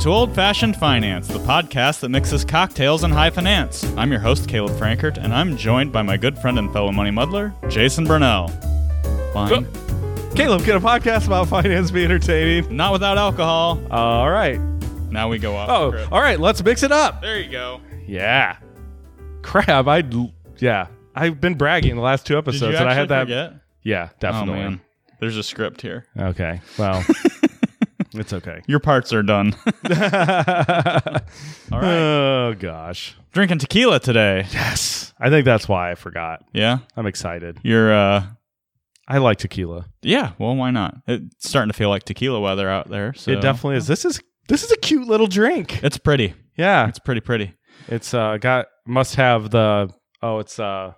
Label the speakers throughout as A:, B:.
A: to Old Fashioned Finance, the podcast that mixes cocktails and high finance. I'm your host, Caleb Frankert, and I'm joined by my good friend and fellow money muddler, Jason Burnell. Fine.
B: Caleb, get a podcast about finance be entertaining?
A: Not without alcohol.
B: All right.
A: Now we go off.
B: Oh,
A: script.
B: all right. Let's mix it up.
A: there you go.
B: Yeah. Crab. I. Yeah. I've been bragging the last two
A: Did
B: episodes,
A: you
B: and I
A: actually
B: had that.
A: forget?
B: Yeah,
A: Oh
B: definitely.
A: man, there's a script here.
B: Okay. Well, it's okay.
A: Your parts are done. all right.
B: Oh gosh.
A: Drinking tequila today.
B: Yes. I think that's why I forgot.
A: Yeah.
B: I'm excited.
A: You're uh
B: I like tequila.
A: yeah, well why not? It's starting to feel like tequila weather out there. So
B: It definitely is. This is this is a cute little drink.
A: it's pretty.
B: Yeah.
A: It's pretty pretty.
B: It's uh got must have the oh it's uh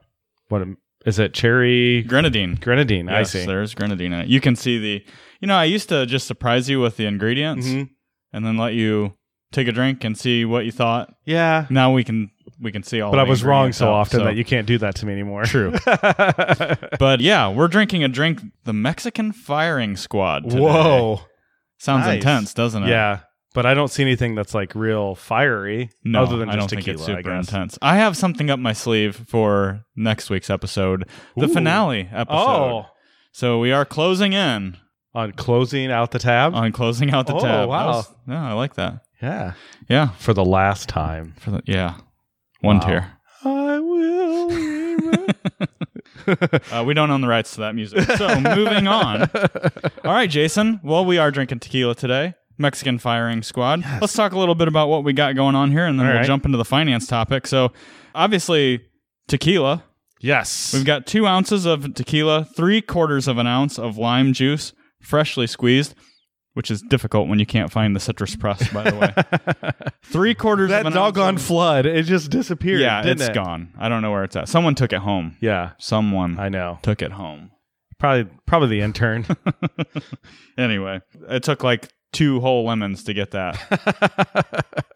B: what am- is it cherry
A: Grenadine.
B: grenadine?
A: Yes,
B: I see.
A: There's grenadine in it. You can see the you know, I used to just surprise you with the ingredients
B: Mhm.
A: and then let you take a drink and see what you thought.
B: Yeah.
A: Now we can we can see all
B: But
A: the
B: I was wrong
A: ingredients
B: so
A: out,
B: often that you can't do that to me anymore.
A: True. but yeah, we're drinking a drink the Mexican firing squad today.
B: Whoa.
A: Sounds
B: Nice.
A: intense, doesn't it?
B: Yeah. But I don't see anything that's like real fiery
A: No,
B: other than
A: I
B: just
A: don't
B: tequila,
A: think it's super
B: I guess.
A: intense. I have something up my sleeve for next week's episode, the
B: Ooh.
A: finale episode.
B: Oh.
A: So we are closing in
B: On closing out the tab?
A: on closing out the
B: Oh,
A: tab. That
B: wow.
A: was- no, I like that.
B: yeah.
A: Yeah,
B: For the last time.
A: for the, yeah, one
B: Wow.
A: tier.
B: I will remember.
A: Uh, we don't own the rights to that music. So moving on. All right, Jason. Well, we are drinking tequila today. Mexican firing squad. Let's talk a little bit about what we got going on here, and then
B: All
A: we'll
B: right.
A: jump into the finance topic. So, obviously, tequila
B: Yes.
A: We've got two ounces of tequila, three quarters of an ounce of lime juice, freshly squeezed, which is difficult when you can't find the citrus press, by the way. three quarters
B: that
A: of an
B: doggone
A: ounce.
B: flood. It just disappeared.
A: yeah,
B: didn't
A: it's
B: it?
A: gone. I don't know where it's at. Someone took it home.
B: Yeah,
A: Someone
B: I know.
A: took it home.
B: Probably, probably the intern.
A: Anyway, it took like two whole lemons to get that.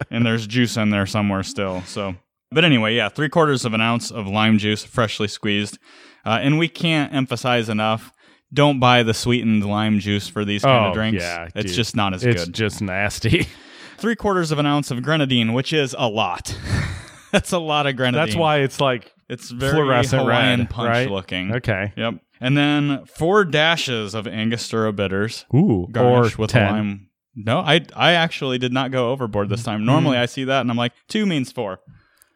A: and there's juice in there somewhere still. So, but anyway, yeah, three quarters of an ounce of lime juice, freshly squeezed. Uh, and we can't emphasize enough. Don't buy the sweetened lime juice for these kind
B: Oh,
A: of drinks.
B: yeah,
A: it's
B: dude.
A: just not as
B: it's
A: good.
B: just nasty.
A: Three quarters of an ounce of grenadine, which is a lot. That's a lot of grenadine.
B: That's why it's like
A: it's very
B: fluorescent
A: Hawaiian
B: red,
A: punch
B: right?
A: looking.
B: okay.
A: Yep. And then four dashes of Angostura bitters
B: Ooh,
A: garnish
B: or
A: with
B: 10.
A: lime. No, I I actually did not go overboard
B: Mm.
A: this time. Normally I see that and I'm like, two means four.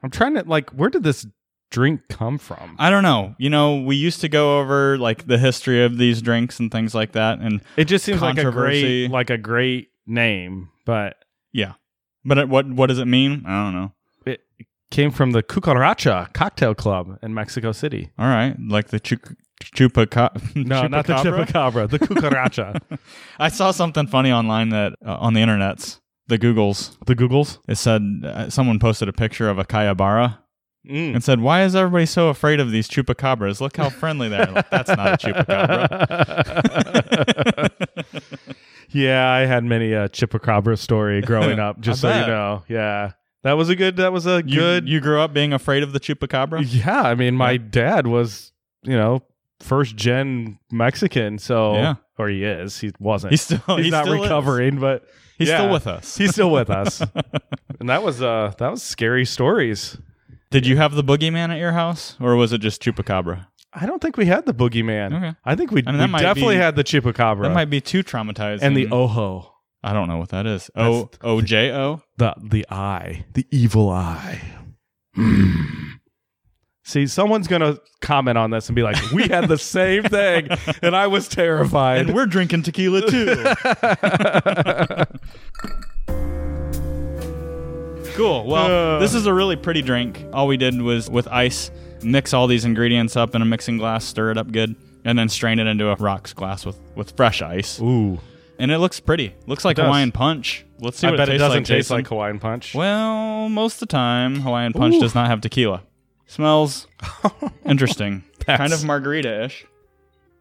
B: I'm trying to like, where did this drink come from?
A: I don't know. You know, we used to go over like the history of these drinks and things like that, and
B: It just seems like a
A: Controversy.
B: great, like a great name, but
A: yeah. But it, what what does it mean? I don't know.
B: it came from the Cucaracha Cocktail Club in Mexico City.
A: All right, like the chu- chupaca-
B: No, not the
A: chupacabra?
B: chupacabra, the Cucaracha,
A: I saw something funny online that uh, on the internet's the Googles.
B: the Googles.
A: It said uh, someone posted a picture of a cayabara and said, "Why is everybody so afraid of these chupacabras? Look how friendly they are." Like, That's not a chupacabra.
B: yeah, I had many a uh, chupacabra story growing up. Just so
A: bet.
B: you know, yeah, that was a good. That was a
A: You,
B: good.
A: You grew up being afraid of the chupacabra.
B: yeah, I mean, my dad was, you know, first gen Mexican, so
A: Yeah.
B: or he is. He wasn't.
A: He's still
B: He's
A: he
B: not
A: still is.
B: recovering, but
A: He's
B: Yeah.
A: still with us.
B: he's still with us. and that was uh that was scary stories.
A: Did you have the boogeyman at your house, or was it just chupacabra?
B: I don't think we had the boogeyman.
A: Okay.
B: I think we,
A: I mean, that
B: we
A: might
B: definitely
A: be-
B: had the chupacabra
A: That might be too traumatizing.
B: and the ojo.
A: I don't know what that is.
B: That's-
A: O O J O.
B: the the eye, the evil eye. Hmm. See, someone's gonna comment on this and be like, "We had the same thing, and I was terrified."
A: And we're drinking tequila too. cool. Well,
B: Uh.
A: this is a really pretty drink. All we did was with ice, mix all these ingredients up in a mixing glass, stir it up good, and then strain it into a rocks glass with with fresh ice.
B: Ooh,
A: And it looks pretty. Looks like
B: does.
A: Hawaiian punch. Let's see
B: I
A: what
B: bet
A: it
B: it
A: tastes
B: doesn't
A: like.
B: taste
A: Jason.
B: like Hawaiian punch.
A: Well, most of the time, Hawaiian Punch
B: Ooh.
A: does not have tequila. Smells interesting.
B: That's-
A: Kind of margarita ish.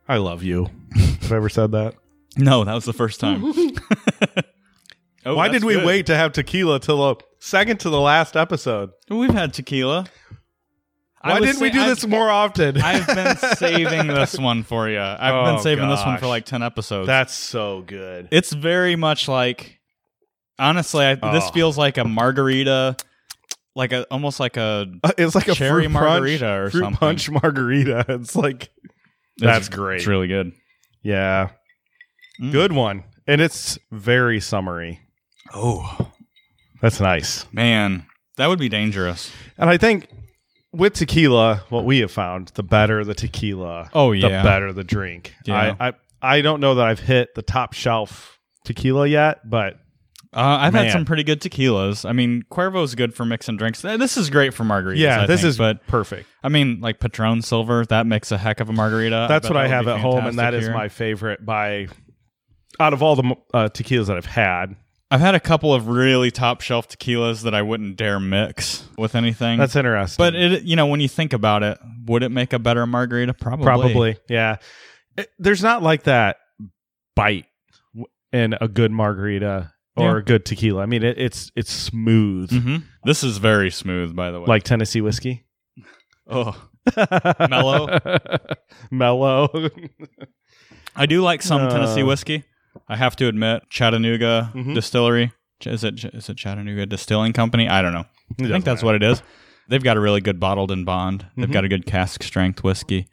B: I love you. Have I ever said that?
A: No, that was the first time. Oh,
B: Why
A: that's
B: did we
A: good.
B: wait to have tequila till the second to the last episode?
A: We've had tequila. I
B: Why
A: was
B: didn't we
A: say-
B: do
A: I've-
B: this more often?
A: I've been saving this one for you. I've
B: Oh,
A: been saving this one
B: gosh.
A: for like 10 episodes.
B: That's so good.
A: it's very much like Honestly, I, this
B: Oh.
A: feels like a margarita, like a almost like a.
B: Uh, It's like a
A: Cherry
B: fruit
A: margarita
B: punch,
A: or
B: fruit
A: something.
B: punch margarita. It's like That's
A: it's-
B: great.
A: It's really good.
B: yeah,
A: Mm.
B: good one, and it's very summery.
A: Oh
B: That's nice.
A: man, that would be dangerous.
B: And I think with tequila, what we have found, the better the tequila,
A: Oh
B: the
A: yeah,
B: better the drink.
A: Yeah.
B: I, I I don't know that I've hit the top shelf tequila yet, but
A: uh, I've
B: Man.
A: had some pretty good tequilas. I mean, Cuervo's good for mixing drinks. Uh, This is great for margaritas.
B: yeah,
A: I
B: this
A: think,
B: is
A: But
B: perfect.
A: I mean, like Patron Silver, that makes a heck of a margarita.
B: That's
A: bet
B: what I
A: that would
B: have
A: be
B: at home, and that
A: fantastic
B: is
A: here.
B: my favorite by out of all the uh, tequilas that I've had.
A: I've had a couple of really top shelf tequilas that I wouldn't dare mix with anything.
B: That's interesting.
A: Mm. but it, you know, when you think about it, would it make a better margarita? Probably.
B: Probably, yeah. It- there's not like that bite w- in a good margarita or
A: Yeah.
B: a good tequila. I mean, it, it's it's smooth,
A: hmm This is very smooth, by the way.
B: like Tennessee whiskey,
A: oh, Mellow.
B: mellow.
A: I do like some
B: Uh.
A: Tennessee whiskey. I have to admit, Chattanooga
B: Mhm.
A: Distillery. Ch- Is it is it Chattanooga Distilling Company? I don't know. I
B: It
A: think
B: doesn't
A: that's
B: matter.
A: what it is. They've got a really good bottled and bond. They've
B: Mhm.
A: got a good cask strength whiskey.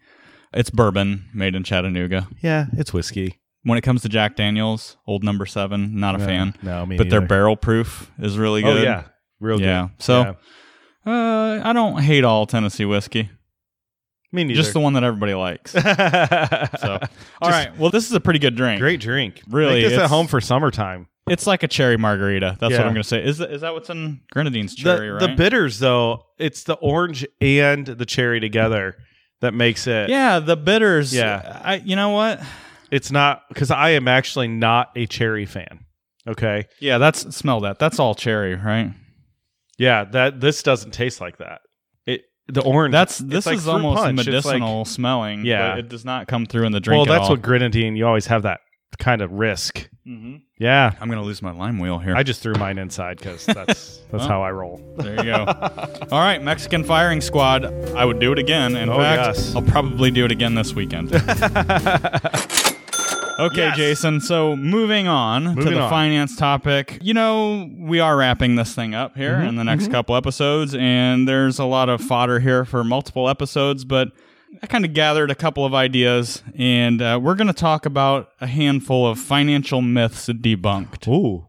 A: It's bourbon made in Chattanooga.
B: Yeah, it's whiskey.
A: When it comes to Jack Daniels, old number seven, not a fan.
B: No, me
A: but their
B: neither.
A: barrel proof is really good.
B: Oh yeah, real
A: yeah.
B: good.
A: So
B: Yeah.
A: Uh, I don't hate all Tennessee whiskey,
B: me neither.
A: just the one that everybody likes. So, all right. Well, this is a pretty good drink.
B: great drink.
A: Really,
B: Make this at
A: it's-
B: home for summertime.
A: It's like a cherry margarita. That's
B: Yeah.
A: what I'm going to say. Is that, is that what's in Grenadine's
B: The-
A: cherry,
B: the,
A: right?
B: bitters though, it's the orange and the cherry together that makes it.
A: yeah, the bitters.
B: Yeah.
A: I, you know what?
B: It's not because I am actually not a cherry fan. Okay.
A: Yeah, that's smell that. That's all cherry, right?
B: Yeah. That this doesn't taste like that. It the orange.
A: That's
B: it's
A: this
B: like
A: is
B: fruit
A: almost
B: punch. It's like-
A: medicinal smelling.
B: Yeah.
A: but it does not come through in the drink.
B: well,
A: at
B: that's
A: all.
B: what grenadine. You always have that kind of risk.
A: Mhm.
B: Yeah.
A: I'm going to lose my lime wheel here.
B: I just threw mine inside because that's that's
A: Well.
B: how I roll.
A: There you go. All right, Mexican firing squad. I would do it again. In
B: Oh,
A: fact,
B: yes.
A: I'll probably do it again this weekend. okay,
B: Yes.
A: Jason. So moving on to
B: Moving
A: the
B: on.
A: finance topic. You know, we are wrapping this thing up here
B: Mm-hmm,
A: in the next couple episodes, and there's a lot of fodder here for multiple episodes, but. I kind of gathered a couple of ideas, and uh, we're going to talk about a handful of financial myths debunked.
B: Ooh.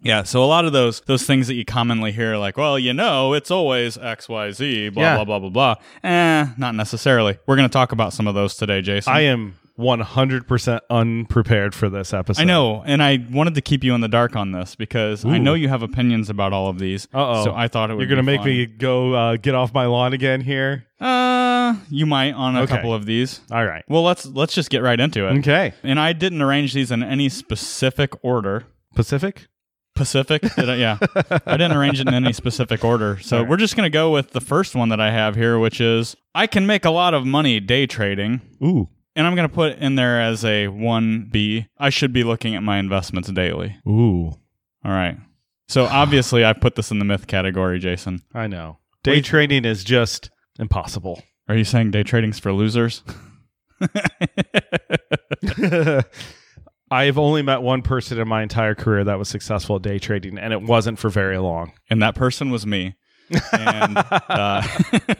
A: Yeah, so a lot of those those things that you commonly hear, like, well, you know, it's always X, Y, Z, blah
B: Yeah.
A: blah blah blah blah. Eh, not necessarily. We're gonna talk about some of those today, Jason.
B: I am 100% unprepared for this episode.
A: I know, and I wanted to keep you in the dark on this because I
B: Ooh.
A: know you have opinions about all of these.
B: Uh-oh.
A: So I thought it would.
B: You're going to
A: be
B: make
A: fun.
B: me go uh, get off my lawn again here.
A: Uh, you might on a
B: Okay.
A: couple of these.
B: All right.
A: Well, let's let's just get right into it.
B: Okay.
A: And I didn't arrange these in any specific order.
B: Pacific?
A: Pacific. Did I, yeah, I didn't arrange it in any specific order. So
B: Alright.
A: we're just gonna go with the first one that I have here, which is I can make a lot of money day trading,
B: Ooh.
A: and I'm gonna put in there as a one B. I should be looking at my investments daily.
B: Ooh.
A: All right. So obviously, I put this in the myth category, Jason.
B: I know. Day trading is just impossible.
A: Are you saying day trading's for losers?
B: I have only met one person in my entire career that was successful at day trading, and it wasn't for very long.
A: and that person was me. And uh,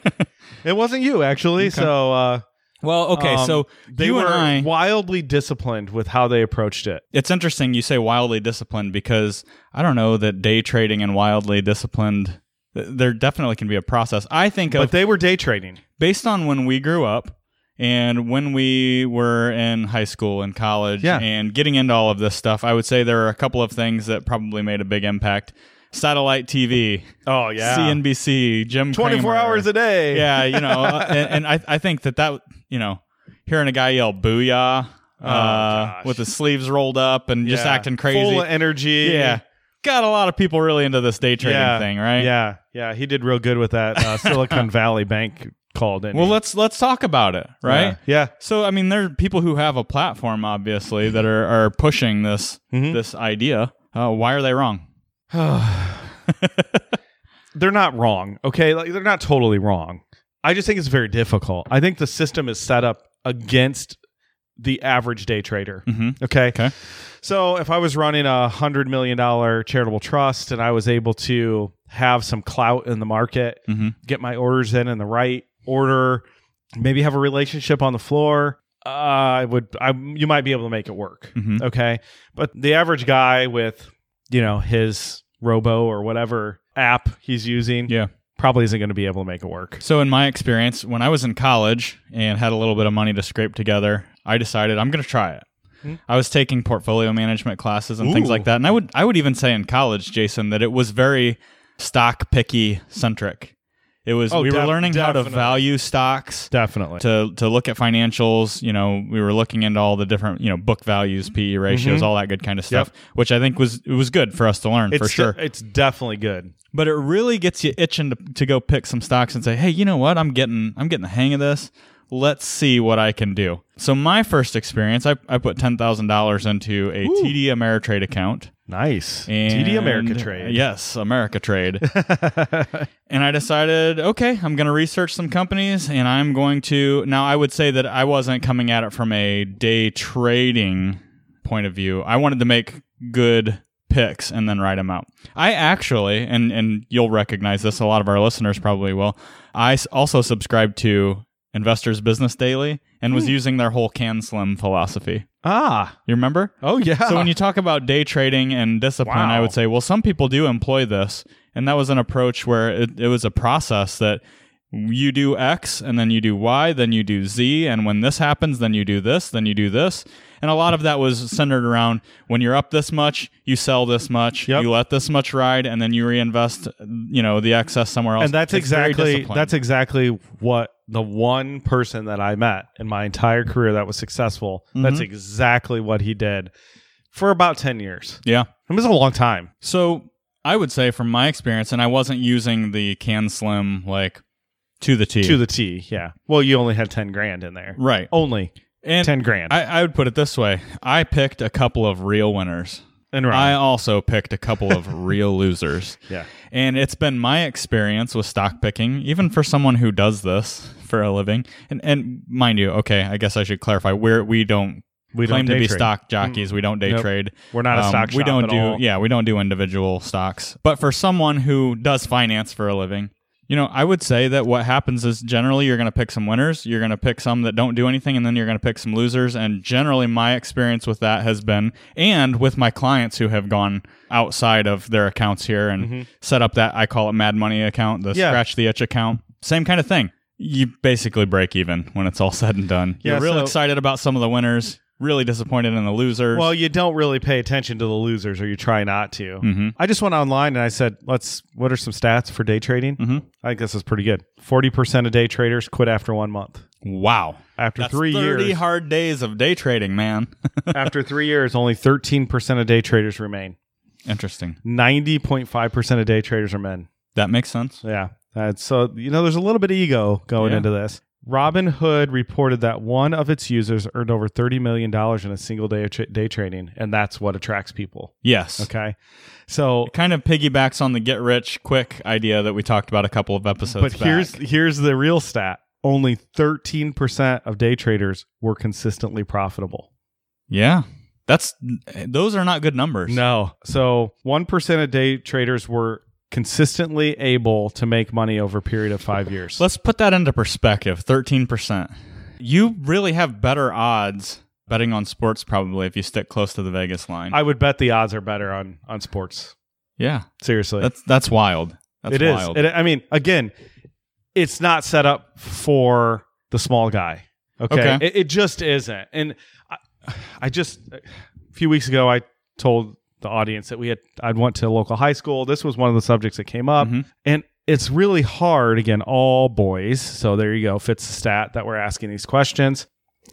B: It wasn't you, actually. So uh,
A: well, okay.
B: Um,
A: so
B: they
A: you
B: were
A: and I,
B: wildly disciplined with how they approached it.
A: it's interesting you say wildly disciplined because I don't know that day trading and wildly disciplined th- there definitely can be a process. I think of
B: But they were day trading.
A: based on when we grew up and when we were in high school and college
B: Yeah.
A: and getting into all of this stuff, I would say there are a couple of things that probably made a big impact. Satellite TV,
B: Oh, yeah.
A: CNBC, Jim
B: 24
A: Cramer.
B: hours a day.
A: Yeah, you know, uh, and, and I, I think that that, you know, hearing a guy yell booyah uh,
B: Oh, gosh.
A: with his sleeves rolled up and just
B: Yeah.
A: acting crazy.
B: Full of energy.
A: Yeah. Got a lot of people really into this day trading
B: Yeah.
A: thing, right?
B: Yeah. Yeah. He did real good with that uh, Silicon Valley Bank call, didn't
A: Well,
B: he?
A: let's let's talk about it, right?
B: Yeah.
A: So, I mean, there are people who have a platform, obviously, that are, are pushing this
B: Mhm.
A: this idea. Uh, why are they wrong?
B: they're not wrong. Okay, like they're not totally wrong. I just think it's very difficult. I think the system is set up against the average day trader.
A: hmm
B: Okay.
A: Okay.
B: So if I was running a hundred million dollar charitable trust and I was able to have some clout in the market,
A: hmm
B: get my orders in in the right order, maybe have a relationship on the floor, uh, I would. I you might be able to make it work.
A: Mhm.
B: Okay. But the average guy with you know his Robo or whatever app he's using,
A: Yeah.
B: probably isn't going to be able to make it work.
A: So, in my experience, when I was in college and had a little bit of money to scrape together, I decided I'm going to try it.
B: Hmm.
A: I was taking portfolio management classes and things
B: Ooh.
A: like that, and I would I would even say in college, Jason, that it was very stock picky centric. It was
B: Oh,
A: we were
B: def-
A: learning how to
B: definitely.
A: value stocks
B: Definitely.
A: to to look at financials. You know, we were looking into all the different you know book values, PE ratios, all that good kind of stuff, which I think was it was good for us to learn
B: Mm-hmm. it's
A: for sure.
B: de- it's definitely good.
A: but it really gets you itching to, to go pick some stocks and say, hey, you know what? I'm getting I'm getting the hang of this. Let's see what I can do. So my first experience, I, I put ten thousand dollars into a TD Ameritrade account.
B: Nice.
A: And-
B: TD America trade.
A: Yes, America Trade. and I decided, okay, I'm going to research some companies and I'm going to. Now, I would say that I wasn't coming at it from a day trading point of view. I wanted to make good picks and then write them out. I actually, and, and you'll recognize this, a lot of our listeners probably will, I s- also subscribed to Investors Business Daily and
B: Hmm.
A: was using their whole can slim philosophy.
B: Ah.
A: You remember?
B: Oh yeah.
A: So when you talk about day trading and discipline, I
B: Wow.
A: would say, well, some people do employ this, and that was an approach where it, it was a process that you do X and then you do Y, then you do Z, and when this happens, then you do this, then you do this, and a lot of that was centered around when you're up this much, you sell this much,
B: Yep.
A: you let this much ride, and then you reinvest, you know, the excess somewhere else.
B: and that's
A: It's very
B: exactly
A: disciplined.
B: that's exactly what the one person that I met in my entire career that was successful.
A: Mm-hmm.
B: That's exactly what he did for about 10 years.
A: yeah.
B: It was a long time.
A: So I would say from my experience, and I wasn't using the can slim like to the T.
B: To the T, yeah. Well, you only had 10 grand in there.
A: right.
B: Only
A: And
B: 10 grand.
A: I, I would put it this way I picked a couple of real winners.
B: and right.
A: I also picked a couple of real losers.
B: yeah.
A: And it's been my experience with stock picking, even for someone who does this for a living. And, and mind you, okay, I guess I should clarify we're, we don't
B: We
A: claim
B: don't
A: to
B: day
A: be
B: trade.
A: stock jockeys. We don't day
B: Nope.
A: trade.
B: We're not a
A: Um,
B: stock
A: we
B: shop
A: don't
B: at
A: do
B: all.
A: yeah we don't do individual stocks but for someone who does finance for a living you know i would say that what happens is generally you're going to pick some winners you're going to pick some that don't do anything and then you're going to pick some losers and generally my experience with that has been and with my clients who have gone outside of their accounts here and set up that i call it mad money account the
B: Mm-hmm. Yeah.
A: scratch the itch account same kind of thing you basically break even when it's all said and done
B: Yeah,
A: you're real
B: so-
A: excited about some of the winners really disappointed in the losers
B: Well, you don't really pay attention to the losers or you try not to.
A: mm-hmm.
B: I just went online and I said, "Let's. What are some stats for day trading?"
A: Mhm.
B: I think this is pretty good. Forty percent of day traders quit after one month.
A: Wow.
B: After
A: That's
B: three
A: 30
B: years,
A: hard days of day trading, man.
B: after three years, only thirteen percent of day traders remain.
A: Interesting.
B: Ninety point five percent of day traders are men.
A: That makes sense.
B: Yeah, that's, so you know, there's a little bit of ego going
A: Yeah.
B: into this. Robinhood reported that one of its users earned over thirty million dollars in a single day of tra- day trading, and that's what attracts people.
A: Yes.
B: Okay, so
A: It kind of piggybacks on the get rich quick idea that we talked about a couple of episodes
B: but here's
A: back.
B: here's the real stat only 13% of day traders were consistently profitable
A: Yeah. That's those are not good numbers.
B: no so 1% of day traders were consistently able to make money over a period of five years
A: Let's put that into perspective. 13%. You really have better odds betting on sports probably if you stick close to the Vegas line.
B: i would bet the odds are better on on sports
A: yeah.
B: seriously
A: That's that's wild. That's
B: It is.
A: wild.
B: It- i mean again it's not set up for the small guy okay,
A: Okay.
B: It, it just isn't and I, I just a few weeks ago i told the audience that we had i'd went to a local high school this was one of the subjects that came up
A: Mhm.
B: and it's really hard again all boys so there you go fits the stat that we're asking these questions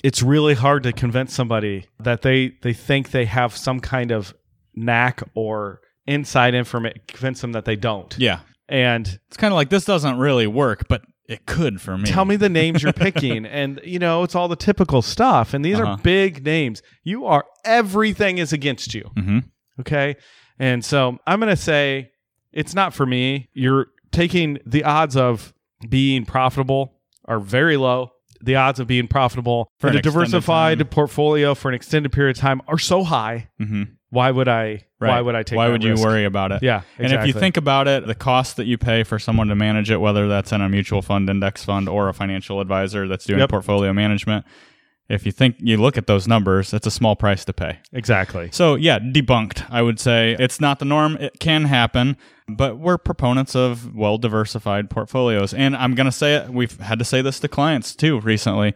B: it's really hard to convince somebody that they they think they have some kind of knack or inside information convince them that they don't
A: Yeah.
B: and
A: It's kind of like this doesn't really work, but it could for me.
B: tell me the names you're picking and you know it's all the typical stuff and these
A: Uh-huh.
B: are big names you are everything is against you
A: hmm
B: okay and so i'm going to say it's not for me you're taking the odds of being profitable are very low the odds of being profitable
A: For
B: for
A: an
B: a
A: extended time.
B: diversified portfolio for an extended period of time are so high.
A: Mm-hmm.
B: Why would I?
A: Right.
B: Why would I take?
A: Why
B: that
A: would you
B: risk?
A: worry about it?
B: Yeah,
A: And if you
B: exactly.
A: think about it, the cost that you pay for someone to manage it, whether that's in a mutual fund, index fund, or a financial advisor that's doing
B: Yep.
A: portfolio management, if you think you look at those numbers, it's a small price to pay.
B: exactly?
A: So, yeah, debunked, I would say. It's not the norm. It can happen, but we're proponents of well diversified portfolios. And I'm going to say it, we've had to say this to clients too recently.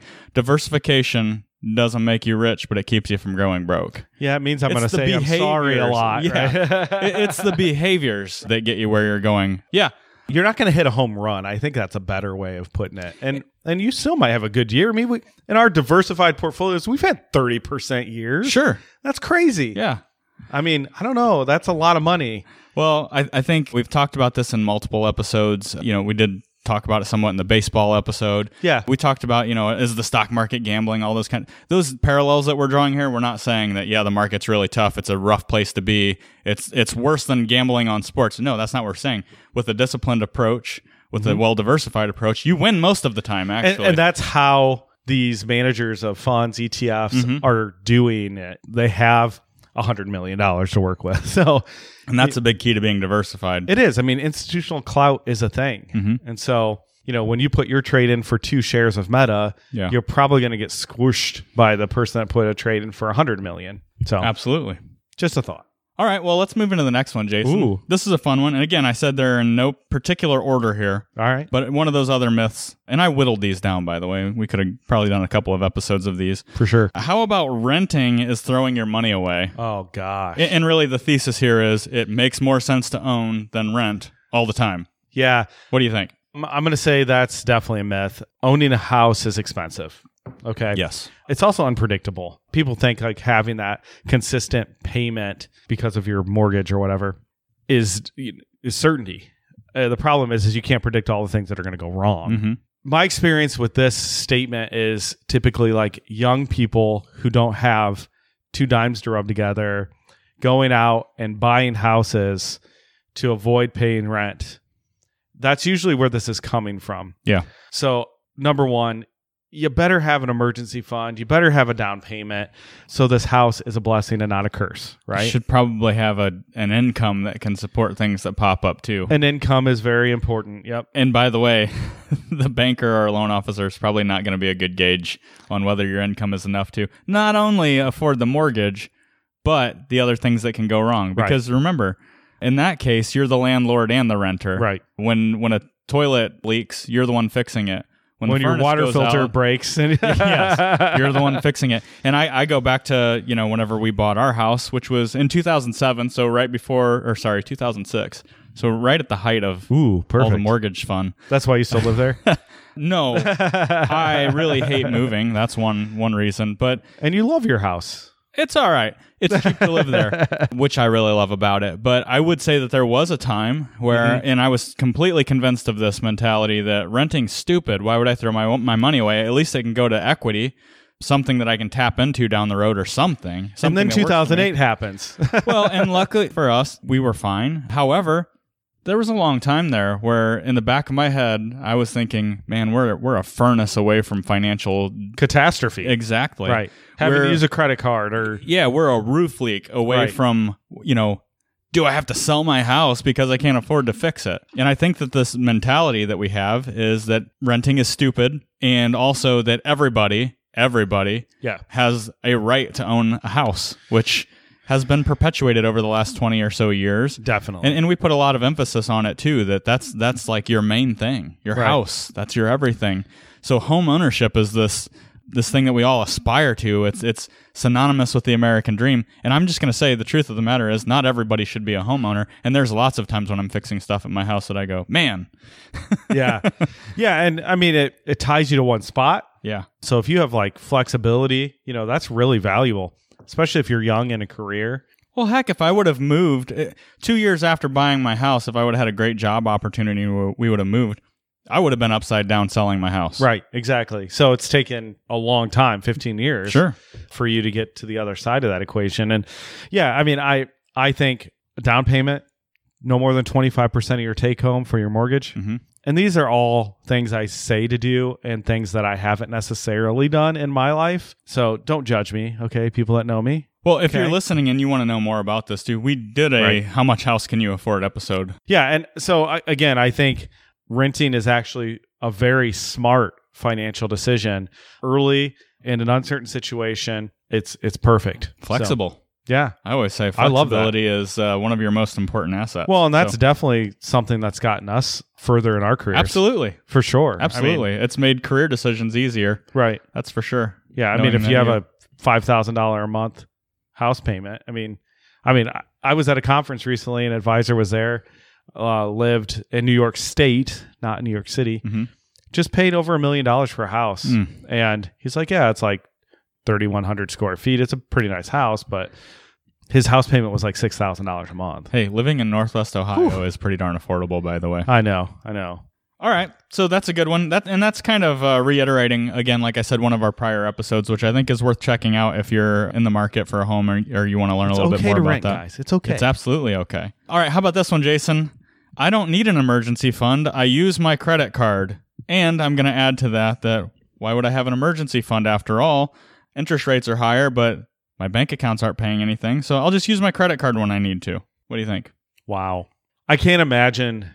A: Diversification doesn't make you rich, but it keeps you from growing broke.
B: Yeah, it means I'm
A: It's
B: going to
A: the
B: say I'm sorry a
A: behaviors.
B: lot.
A: Yeah.
B: right?
A: It- it's the behaviors that get you where you're going. Yeah.
B: You're not going to hit a home run. I think that's a better way of putting it. And and you still might have a good year. I mean, we, in our diversified portfolios, we've had 30% years.
A: Sure.
B: That's crazy.
A: Yeah.
B: I mean, I don't know. That's a lot of money.
A: Well, I, I think we've talked about this in multiple episodes. You know, we did talk about it somewhat in the baseball episode.
B: Yeah.
A: We talked about, you know, is the stock market gambling, all those kind those parallels that we're drawing here, we're not saying that yeah, the market's really tough. It's a rough place to be. It's it's worse than gambling on sports. No, that's not what we're saying. With a disciplined approach, with a well diversified approach, you win most of the time actually.
B: And, and that's how these managers of funds, ETFs
A: Mm-hmm.
B: are doing it. They have $100 million to work with. So
A: And that's a big key to being diversified.
B: It is. I mean, institutional clout is a thing.
A: Mm-hmm.
B: And so, you know, when you put your trade in for two shares of Meta,
A: Yeah.
B: you're probably going to get squished by the person that put a trade in for 100 million. So,
A: Absolutely.
B: just a thought.
A: All right, well, let's move into the next one, Jason.
B: Ooh.
A: This is a fun one. And again, I said they're in no particular order here.
B: All right.
A: But one of those other myths, and I whittled these down, by the way. We could have probably done a couple of episodes of these.
B: For sure.
A: How about renting is throwing your money away?
B: Oh, gosh.
A: A- And really, the thesis here is it makes more sense to own than rent all the time.
B: yeah.
A: What do you think?
B: I'm- I'm going to say that's definitely a myth. Owning a house is expensive. Okay.
A: Yes.
B: It's also unpredictable. People think like having that consistent payment because of your mortgage or whatever is is certainty. Uh, the problem is, is you can't predict all the things that are going to go wrong.
A: Mm-hmm.
B: My experience with this statement is typically like young people who don't have two dimes to rub together going out and buying houses to avoid paying rent. That's usually where this is coming from.
A: Yeah.
B: So, number one, you better have an emergency fund. You better have a down payment. So, this house is a blessing and not a curse, right?
A: Should probably have a an income that can support things that pop up too.
B: And income is very important. Yep.
A: And by the way, the banker or loan officer is probably not going to be a good gauge on whether your income is enough to not only afford the mortgage, but the other things that can go wrong.
B: Right.
A: Because remember, in that case, you're the landlord and the renter.
B: Right.
A: When when a toilet leaks, you're the one fixing it. the
B: When your
A: furnace
B: water
A: goes
B: filter
A: out-
B: breaks, and
A: yes, you're the one fixing it. And I, I go back to, you know, whenever we bought our house, which was in 2007. So right before, or sorry, 2006. So right at the height of
B: Ooh,
A: all the
B: perfect.
A: mortgage fun.
B: That's why you still live there.
A: No, I really hate moving. That's one one reason, but
B: and you love your house.
A: it's all right. It's cheap to live there, which I really love about it. But I would say that there was a time where,
B: Mm-hmm.
A: and I was completely convinced of this mentality that renting's stupid. Why would I throw my my money away? At least it can go to equity, something that I can tap into down the road or something.
B: And
A: something
B: then
A: that works for me.
B: 2008 happens.
A: well, and luckily for us, we were fine. However, there was a long time there where, in the back of my head, I was thinking, "Man, we're we're a furnace away from financial
B: Catastrophe.
A: exactly
B: Right. Having
A: We're-
B: to use a credit card or
A: yeah, we're a roof leak away
B: Right.
A: from you know. Do I have to sell my house because I can't afford to fix it? And I think that this mentality that we have is that renting is stupid, and also that everybody, everybody,
B: yeah.
A: has a right to own a house, which has been perpetuated over the last 20 or so years.
B: Definitely.
A: And, and we put a lot of emphasis on it too that that's that's like your main thing, your
B: Right.
A: house, that's your everything. So home ownership is this this thing that we all aspire to. It's it's synonymous with the American dream. And I'm just going to say the truth of the matter is not everybody should be a homeowner. And there's lots of times when I'm fixing stuff at my house that I go, "Man,
B: yeah. Yeah. And I mean, it, it ties you to one spot.
A: yeah,
B: So if you have like flexibility, you know, that's really valuable, especially if you're young in a career.
A: Well, heck, if I would have moved eh, two years after buying my house, if I would have had a great job opportunity, we we would have moved. I would have been upside down selling my house.
B: Right. Exactly. So it's taken a long time, 15 years.
A: Sure.
B: for you to get to the other side of that equation. And yeah, I mean, I I think down payment, no more than twenty five percent of your take home for your mortgage,
A: Mhm.
B: And these are all things I say to do and things that I haven't necessarily done in my life. So don't judge me, okay? People that know me.
A: Well, if you're
B: Okay.
A: listening and you want to know more about this, dude, we did a
B: Right.
A: how much house can you afford episode.
B: Yeah. And so, I, again, I think renting is actually a very smart financial decision early in an uncertain situation. It's it's perfect. So,
A: Flexible.
B: yeah.
A: I always say
B: I love that.
A: flexibility is uh, one of your most important assets.
B: Well, and that's
A: So-
B: definitely something that's gotten us further in our careers.
A: absolutely,
B: For sure. I mean,
A: absolutely. it's made career decisions easier.
B: right.
A: That's for sure.
B: Yeah, I
A: knowing
B: mean, if
A: that
B: you have
A: you-
B: a five thousand dollar a month house payment, I mean, I mean, I, I was at a conference recently, an advisor was there, uh, lived in New York State, not in New York City,
A: Mhm.
B: just paid over a million dollars for a house,
A: Mm.
B: and he's like, yeah, it's like thirty one hundred square feet. It's a pretty nice house, but his house payment was like six thousand dollars a month.
A: Hey, living in Northwest Ohio is pretty darn affordable, by the way.
B: I know, I know.
A: All right, so that's a good one. That and that's kind of uh, reiterating again, like I said, one of our prior episodes, which I think is worth checking out if you're in the market for a home or, or you want to learn a little
B: it's okay
A: bit more
B: to
A: about
B: rent,
A: that.
B: guys. It's okay.
A: It's absolutely okay. All right, how about this one, Jason? I don't need an emergency fund. I use my credit card. And I'm going to add to that that why would I have an emergency fund after all? Interest rates are higher, but my bank accounts aren't paying anything. So I'll just use my credit card when I need to. What do you think?
B: Wow. I can't imagine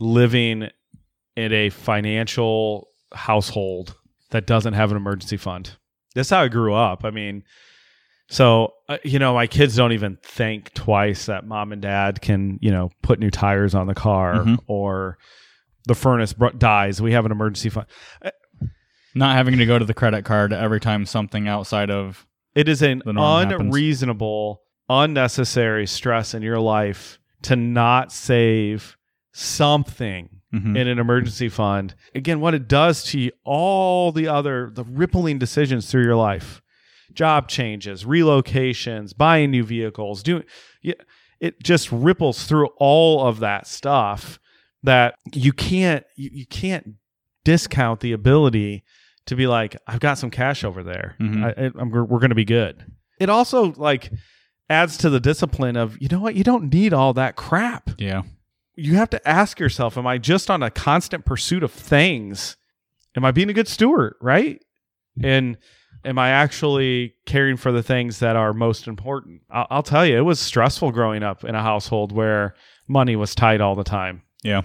B: living in a financial household that doesn't have an emergency fund. That's how I grew up. I mean, so, uh, you know, my kids don't even think twice that mom and dad can, you know, put new tires on the car
A: Mhm.
B: or the furnace br- dies. We have an emergency fund.
A: Not having to go to the credit card every time something outside of
B: It is an
A: The norm happens.
B: unreasonable, unnecessary stress in your life to not save something
A: Mhm.
B: in an emergency fund. Again, what it does to you- all the other the rippling decisions through your life, job changes, relocations, buying new vehicles, doing yeah, it just ripples through all of that stuff that you can't you, you can't discount the ability to be like I've got some cash over there.
A: Mhm.
B: I, I- I'm, we're going to be good. It also like adds to the discipline of you know what you don't need all that crap
A: yeah.
B: you have to ask yourself am i just on a constant pursuit of things am i being a good steward right and am i actually caring for the things that are most important i'll, I'll tell you it was stressful growing up in a household where money was tight all the time
A: Yeah.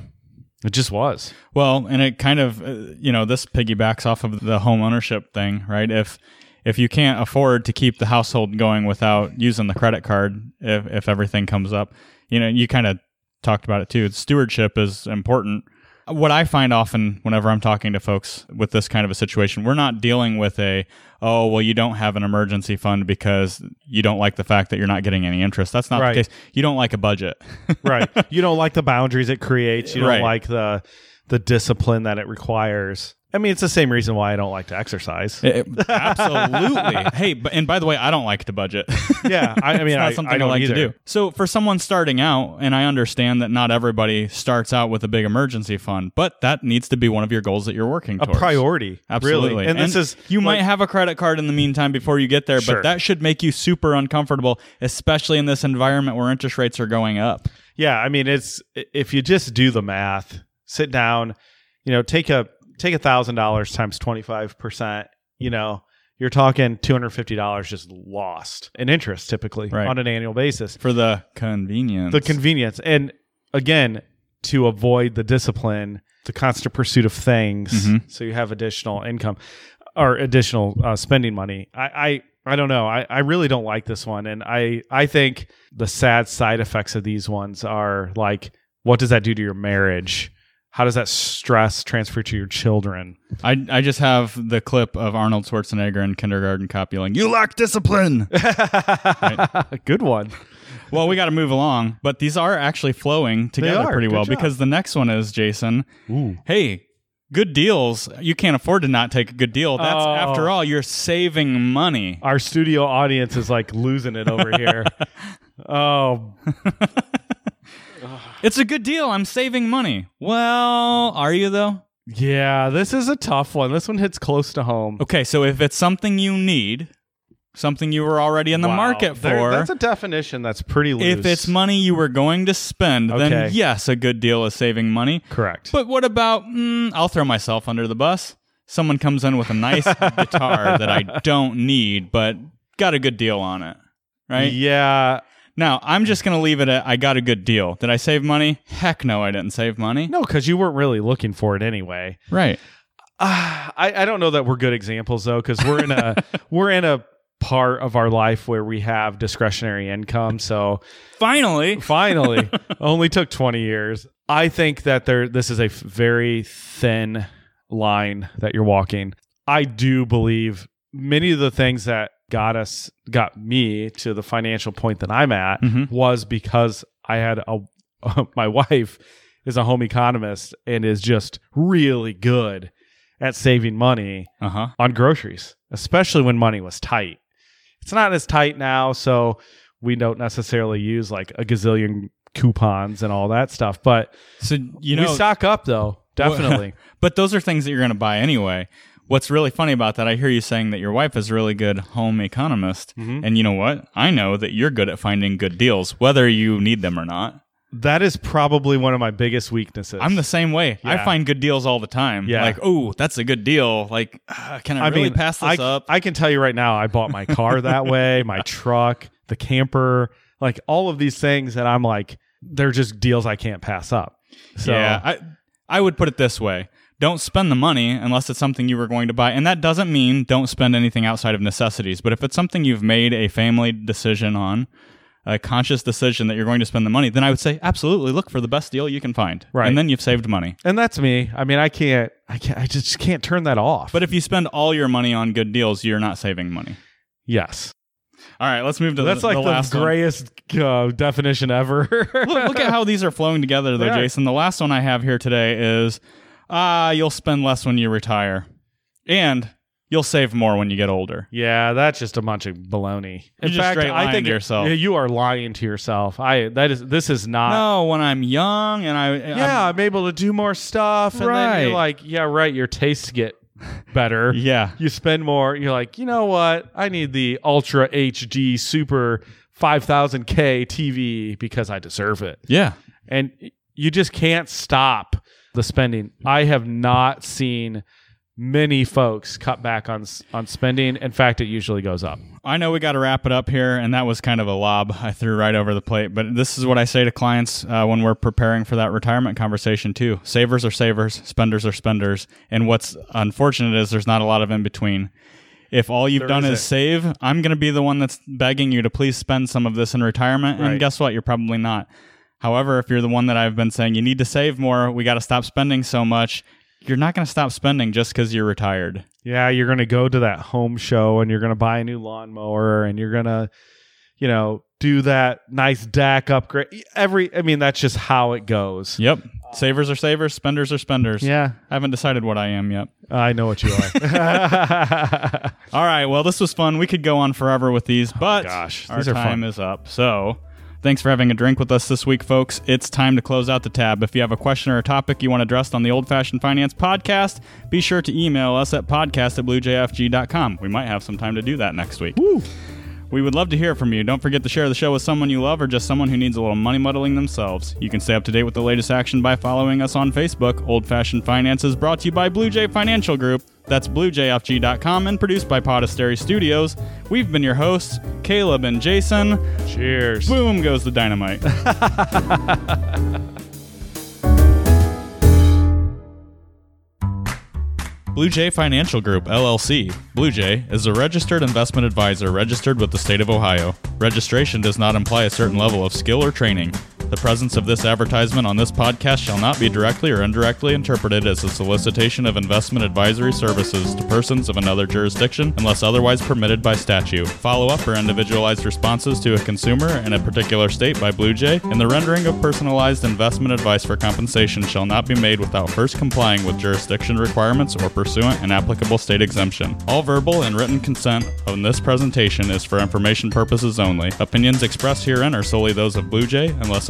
B: it just was
A: Well, and it kind of, uh, you know, this piggybacks off of the home ownership thing, right? If if you can't afford to keep the household going without using the credit card, if if everything comes up, you know, you kind of talked about it too. Stewardship is important. What I find often whenever I'm talking to folks with this kind of a situation, we're not dealing with a, oh, well, you don't have an emergency fund because you don't like the fact that you're not getting any interest. That's not
B: Right.
A: the case. You don't like a budget.
B: right you don't like the boundaries it creates you don't
A: Right.
B: like the the discipline that it requires i mean it's the same reason why i don't like to exercise
A: It- it- absolutely. hey, but and by the way, I don't like to budget.
B: yeah i, I mean
A: it's not
B: I,
A: something
B: I
A: I,
B: don't
A: like
B: either.
A: to do. So for someone starting out, and I understand that not everybody starts out with a big emergency fund, but that needs to be one of your goals that you're working
B: a
A: towards.
B: priority
A: Absolutely.
B: really. and, this is
A: you
B: like-
A: might have a credit card in the meantime before you get there,
B: Sure.
A: but that should make you super uncomfortable, especially in this environment where interest rates are going up.
B: Yeah, I mean, it's i- if you just do the math, sit down, you know, take a take a thousand dollars times twenty five percent, you know, you're talking two hundred fifty dollars just lost in interest typically
A: Right.
B: on an annual basis.
A: For the convenience.
B: The convenience, and again, to avoid the discipline, the constant pursuit of things,
A: Mhm.
B: so you have additional income or additional uh, spending money. I, I I don't know. I, I really don't like this one, and I I think the sad side effects of these ones are like, what does that do to your marriage? How does that stress transfer to your children?
A: I, I just have the clip of Arnold Schwarzenegger in kindergarten copying, You lack discipline.
B: Good one.
A: well, we got to move along, but these are actually flowing together
B: are.
A: pretty
B: Good
A: well
B: job.
A: because the next one is Jason.
B: Ooh.
A: Hey, good deals. You can't afford to not take a good deal. That's
B: Oh.
A: after all, you're saving money.
B: Our studio audience is like losing it over here. oh
A: It's a good deal. I'm saving money. Well, are you though?
B: yeah, this is a tough one. This one hits close to home.
A: Okay, so if it's something you need, something you were already in the
B: Wow.
A: market
B: There-
A: for.
B: that's a definition that's pretty loose.
A: if it's money you were going to spend,
B: Okay.
A: then yes, a good deal is saving money.
B: correct.
A: But what about, mm, I'll throw myself under the bus. Someone comes in with a nice guitar that I don't need, but got a good deal on it. Right?
B: Yeah.
A: Now, I'm just going to leave it at I got a good deal. Did I save money? Heck no, I didn't save money.
B: No, because you weren't really looking for it anyway.
A: Right.
B: Ah, I, I don't know that we're good examples though, because we're in a we're in a part of our life where we have discretionary income. So
A: Finally,
B: finally, only took twenty years. I think that there this is a f- very thin line that you're walking. I do believe many of the things that got us got me to the financial point that I'm at
A: Mhm.
B: was because I had a my wife is a home economist and is just really good at saving money
A: uh huh.
B: on groceries, especially when money was tight. It's not as tight now, so we don't necessarily use like a gazillion coupons and all that stuff, but
A: So, you know,
B: we stock up though, definitely.
A: but those are things that you're going to buy anyway. What's really funny about that, I hear you saying that your wife is a really good home economist. And you know what? I know that you're good at finding good deals, whether you need them or not.
B: that is probably one of my biggest weaknesses.
A: I'm the same way. I
B: Yeah.
A: find good deals all the time.
B: Yeah.
A: Like, oh, that's a good deal. Like, ah, can I, really pass this
B: I,
A: up?
B: I can tell you right now, I bought my car that way, my truck, the camper, like all of these things that I'm like, they're just deals I can't pass up. So
A: yeah, I I would put it this way. Don't spend the money unless it's something you were going to buy. And that doesn't mean don't spend anything outside of necessities, but if it's something you've made a family decision on, a conscious decision that you're going to spend the money, then I would say absolutely look for the best deal you can find.
B: Right.
A: And then you've saved money.
B: and that's me. I mean, I can't, I can't, I just can't turn that off.
A: But if you spend all your money on good deals, you're not saving money.
B: yes,
A: All right, let's move to
B: that's
A: the,
B: like
A: the
B: the,
A: last one.
B: grayest uh, definition ever.
A: look, look at how these are flowing together,
B: They
A: though,
B: are.
A: Jason. The last one I have here today is ah, you'll spend less when you retire, and you'll save more when you get older.
B: yeah, that's just a bunch of baloney.
A: You're just straight lying to yourself.
B: yeah, you are lying to yourself. I that is this is not.
A: No, when I'm young and I
B: Yeah, I'm able to do more stuff, and then you're
A: Right.
B: like, yeah, right. Your tastes get better.
A: I'm- yeah,
B: you spend more. You're like, you know what? I need the ultra HD super 5000K TV because I deserve it.
A: yeah,
B: And you just can't stop the spending. I have not seen many folks cut back on s- on spending. In fact, it usually goes up.
A: I know we got to wrap it up here, and that was kind of a lob I threw right over the plate. But this is what I say to clients uh, when we're preparing for that retirement conversation too: savers are savers, spenders are spenders. And what's unfortunate is there's not a lot of in between. If all you've done is
B: isn't.
A: save, I'm going to be the one that's begging you to please spend some of this in retirement.
B: Right.
A: And guess what? You're probably not. However, if you're the one that I've been saying you need to save more, we got to stop spending so much. You're not going to stop spending just because you're retired.
B: Yeah, you're going to go to that home show and you're going to buy a new lawnmower and you're going to, you know, do that nice DAC upgrade. E, Every, I mean, that's just how it goes.
A: Yep. Savers are savers, spenders are spenders.
B: Yeah,
A: I haven't decided what I am yet.
B: I know what you are.
A: All right. Well, this was fun. We could go on forever with these, but
B: Oh gosh,
A: our
B: these are
A: time
B: fun.
A: is up. So, thanks for having a drink with us this week, folks. It's time to close out the tab. If you have a question or a topic you want addressed on the Old Fashioned Finance Podcast, be sure to email us at podcast at bluejfg.com. We might have some time to do that next week.
B: Woo.
A: We would love to hear from you. Don't forget to share the show with someone you love or just someone who needs a little money muddling themselves. You can stay up to date with the latest action by following us on Facebook. Old Fashioned Finance is brought to you by Blue Jay Financial Group. That's bluejfg.com and produced by Podastery Studios. We've been your hosts, Caleb and Jason.
B: Cheers.
A: Boom goes the dynamite. Blue Jay Financial Group, LLC. Blue Jay is a registered investment advisor registered with the state of Ohio. Registration does not imply a certain level of skill or training. The presence of this advertisement on this podcast shall not be directly or indirectly interpreted as a solicitation of investment advisory services to persons of another jurisdiction unless otherwise permitted by statute. Follow up or individualized responses to a consumer in a particular state by Blue Jay and the rendering of personalized investment advice for compensation shall not be made without first complying with jurisdiction requirements or pursuant an applicable state exemption. All verbal and written consent on this presentation is for information purposes only. Opinions expressed herein are solely those of Blue Jay unless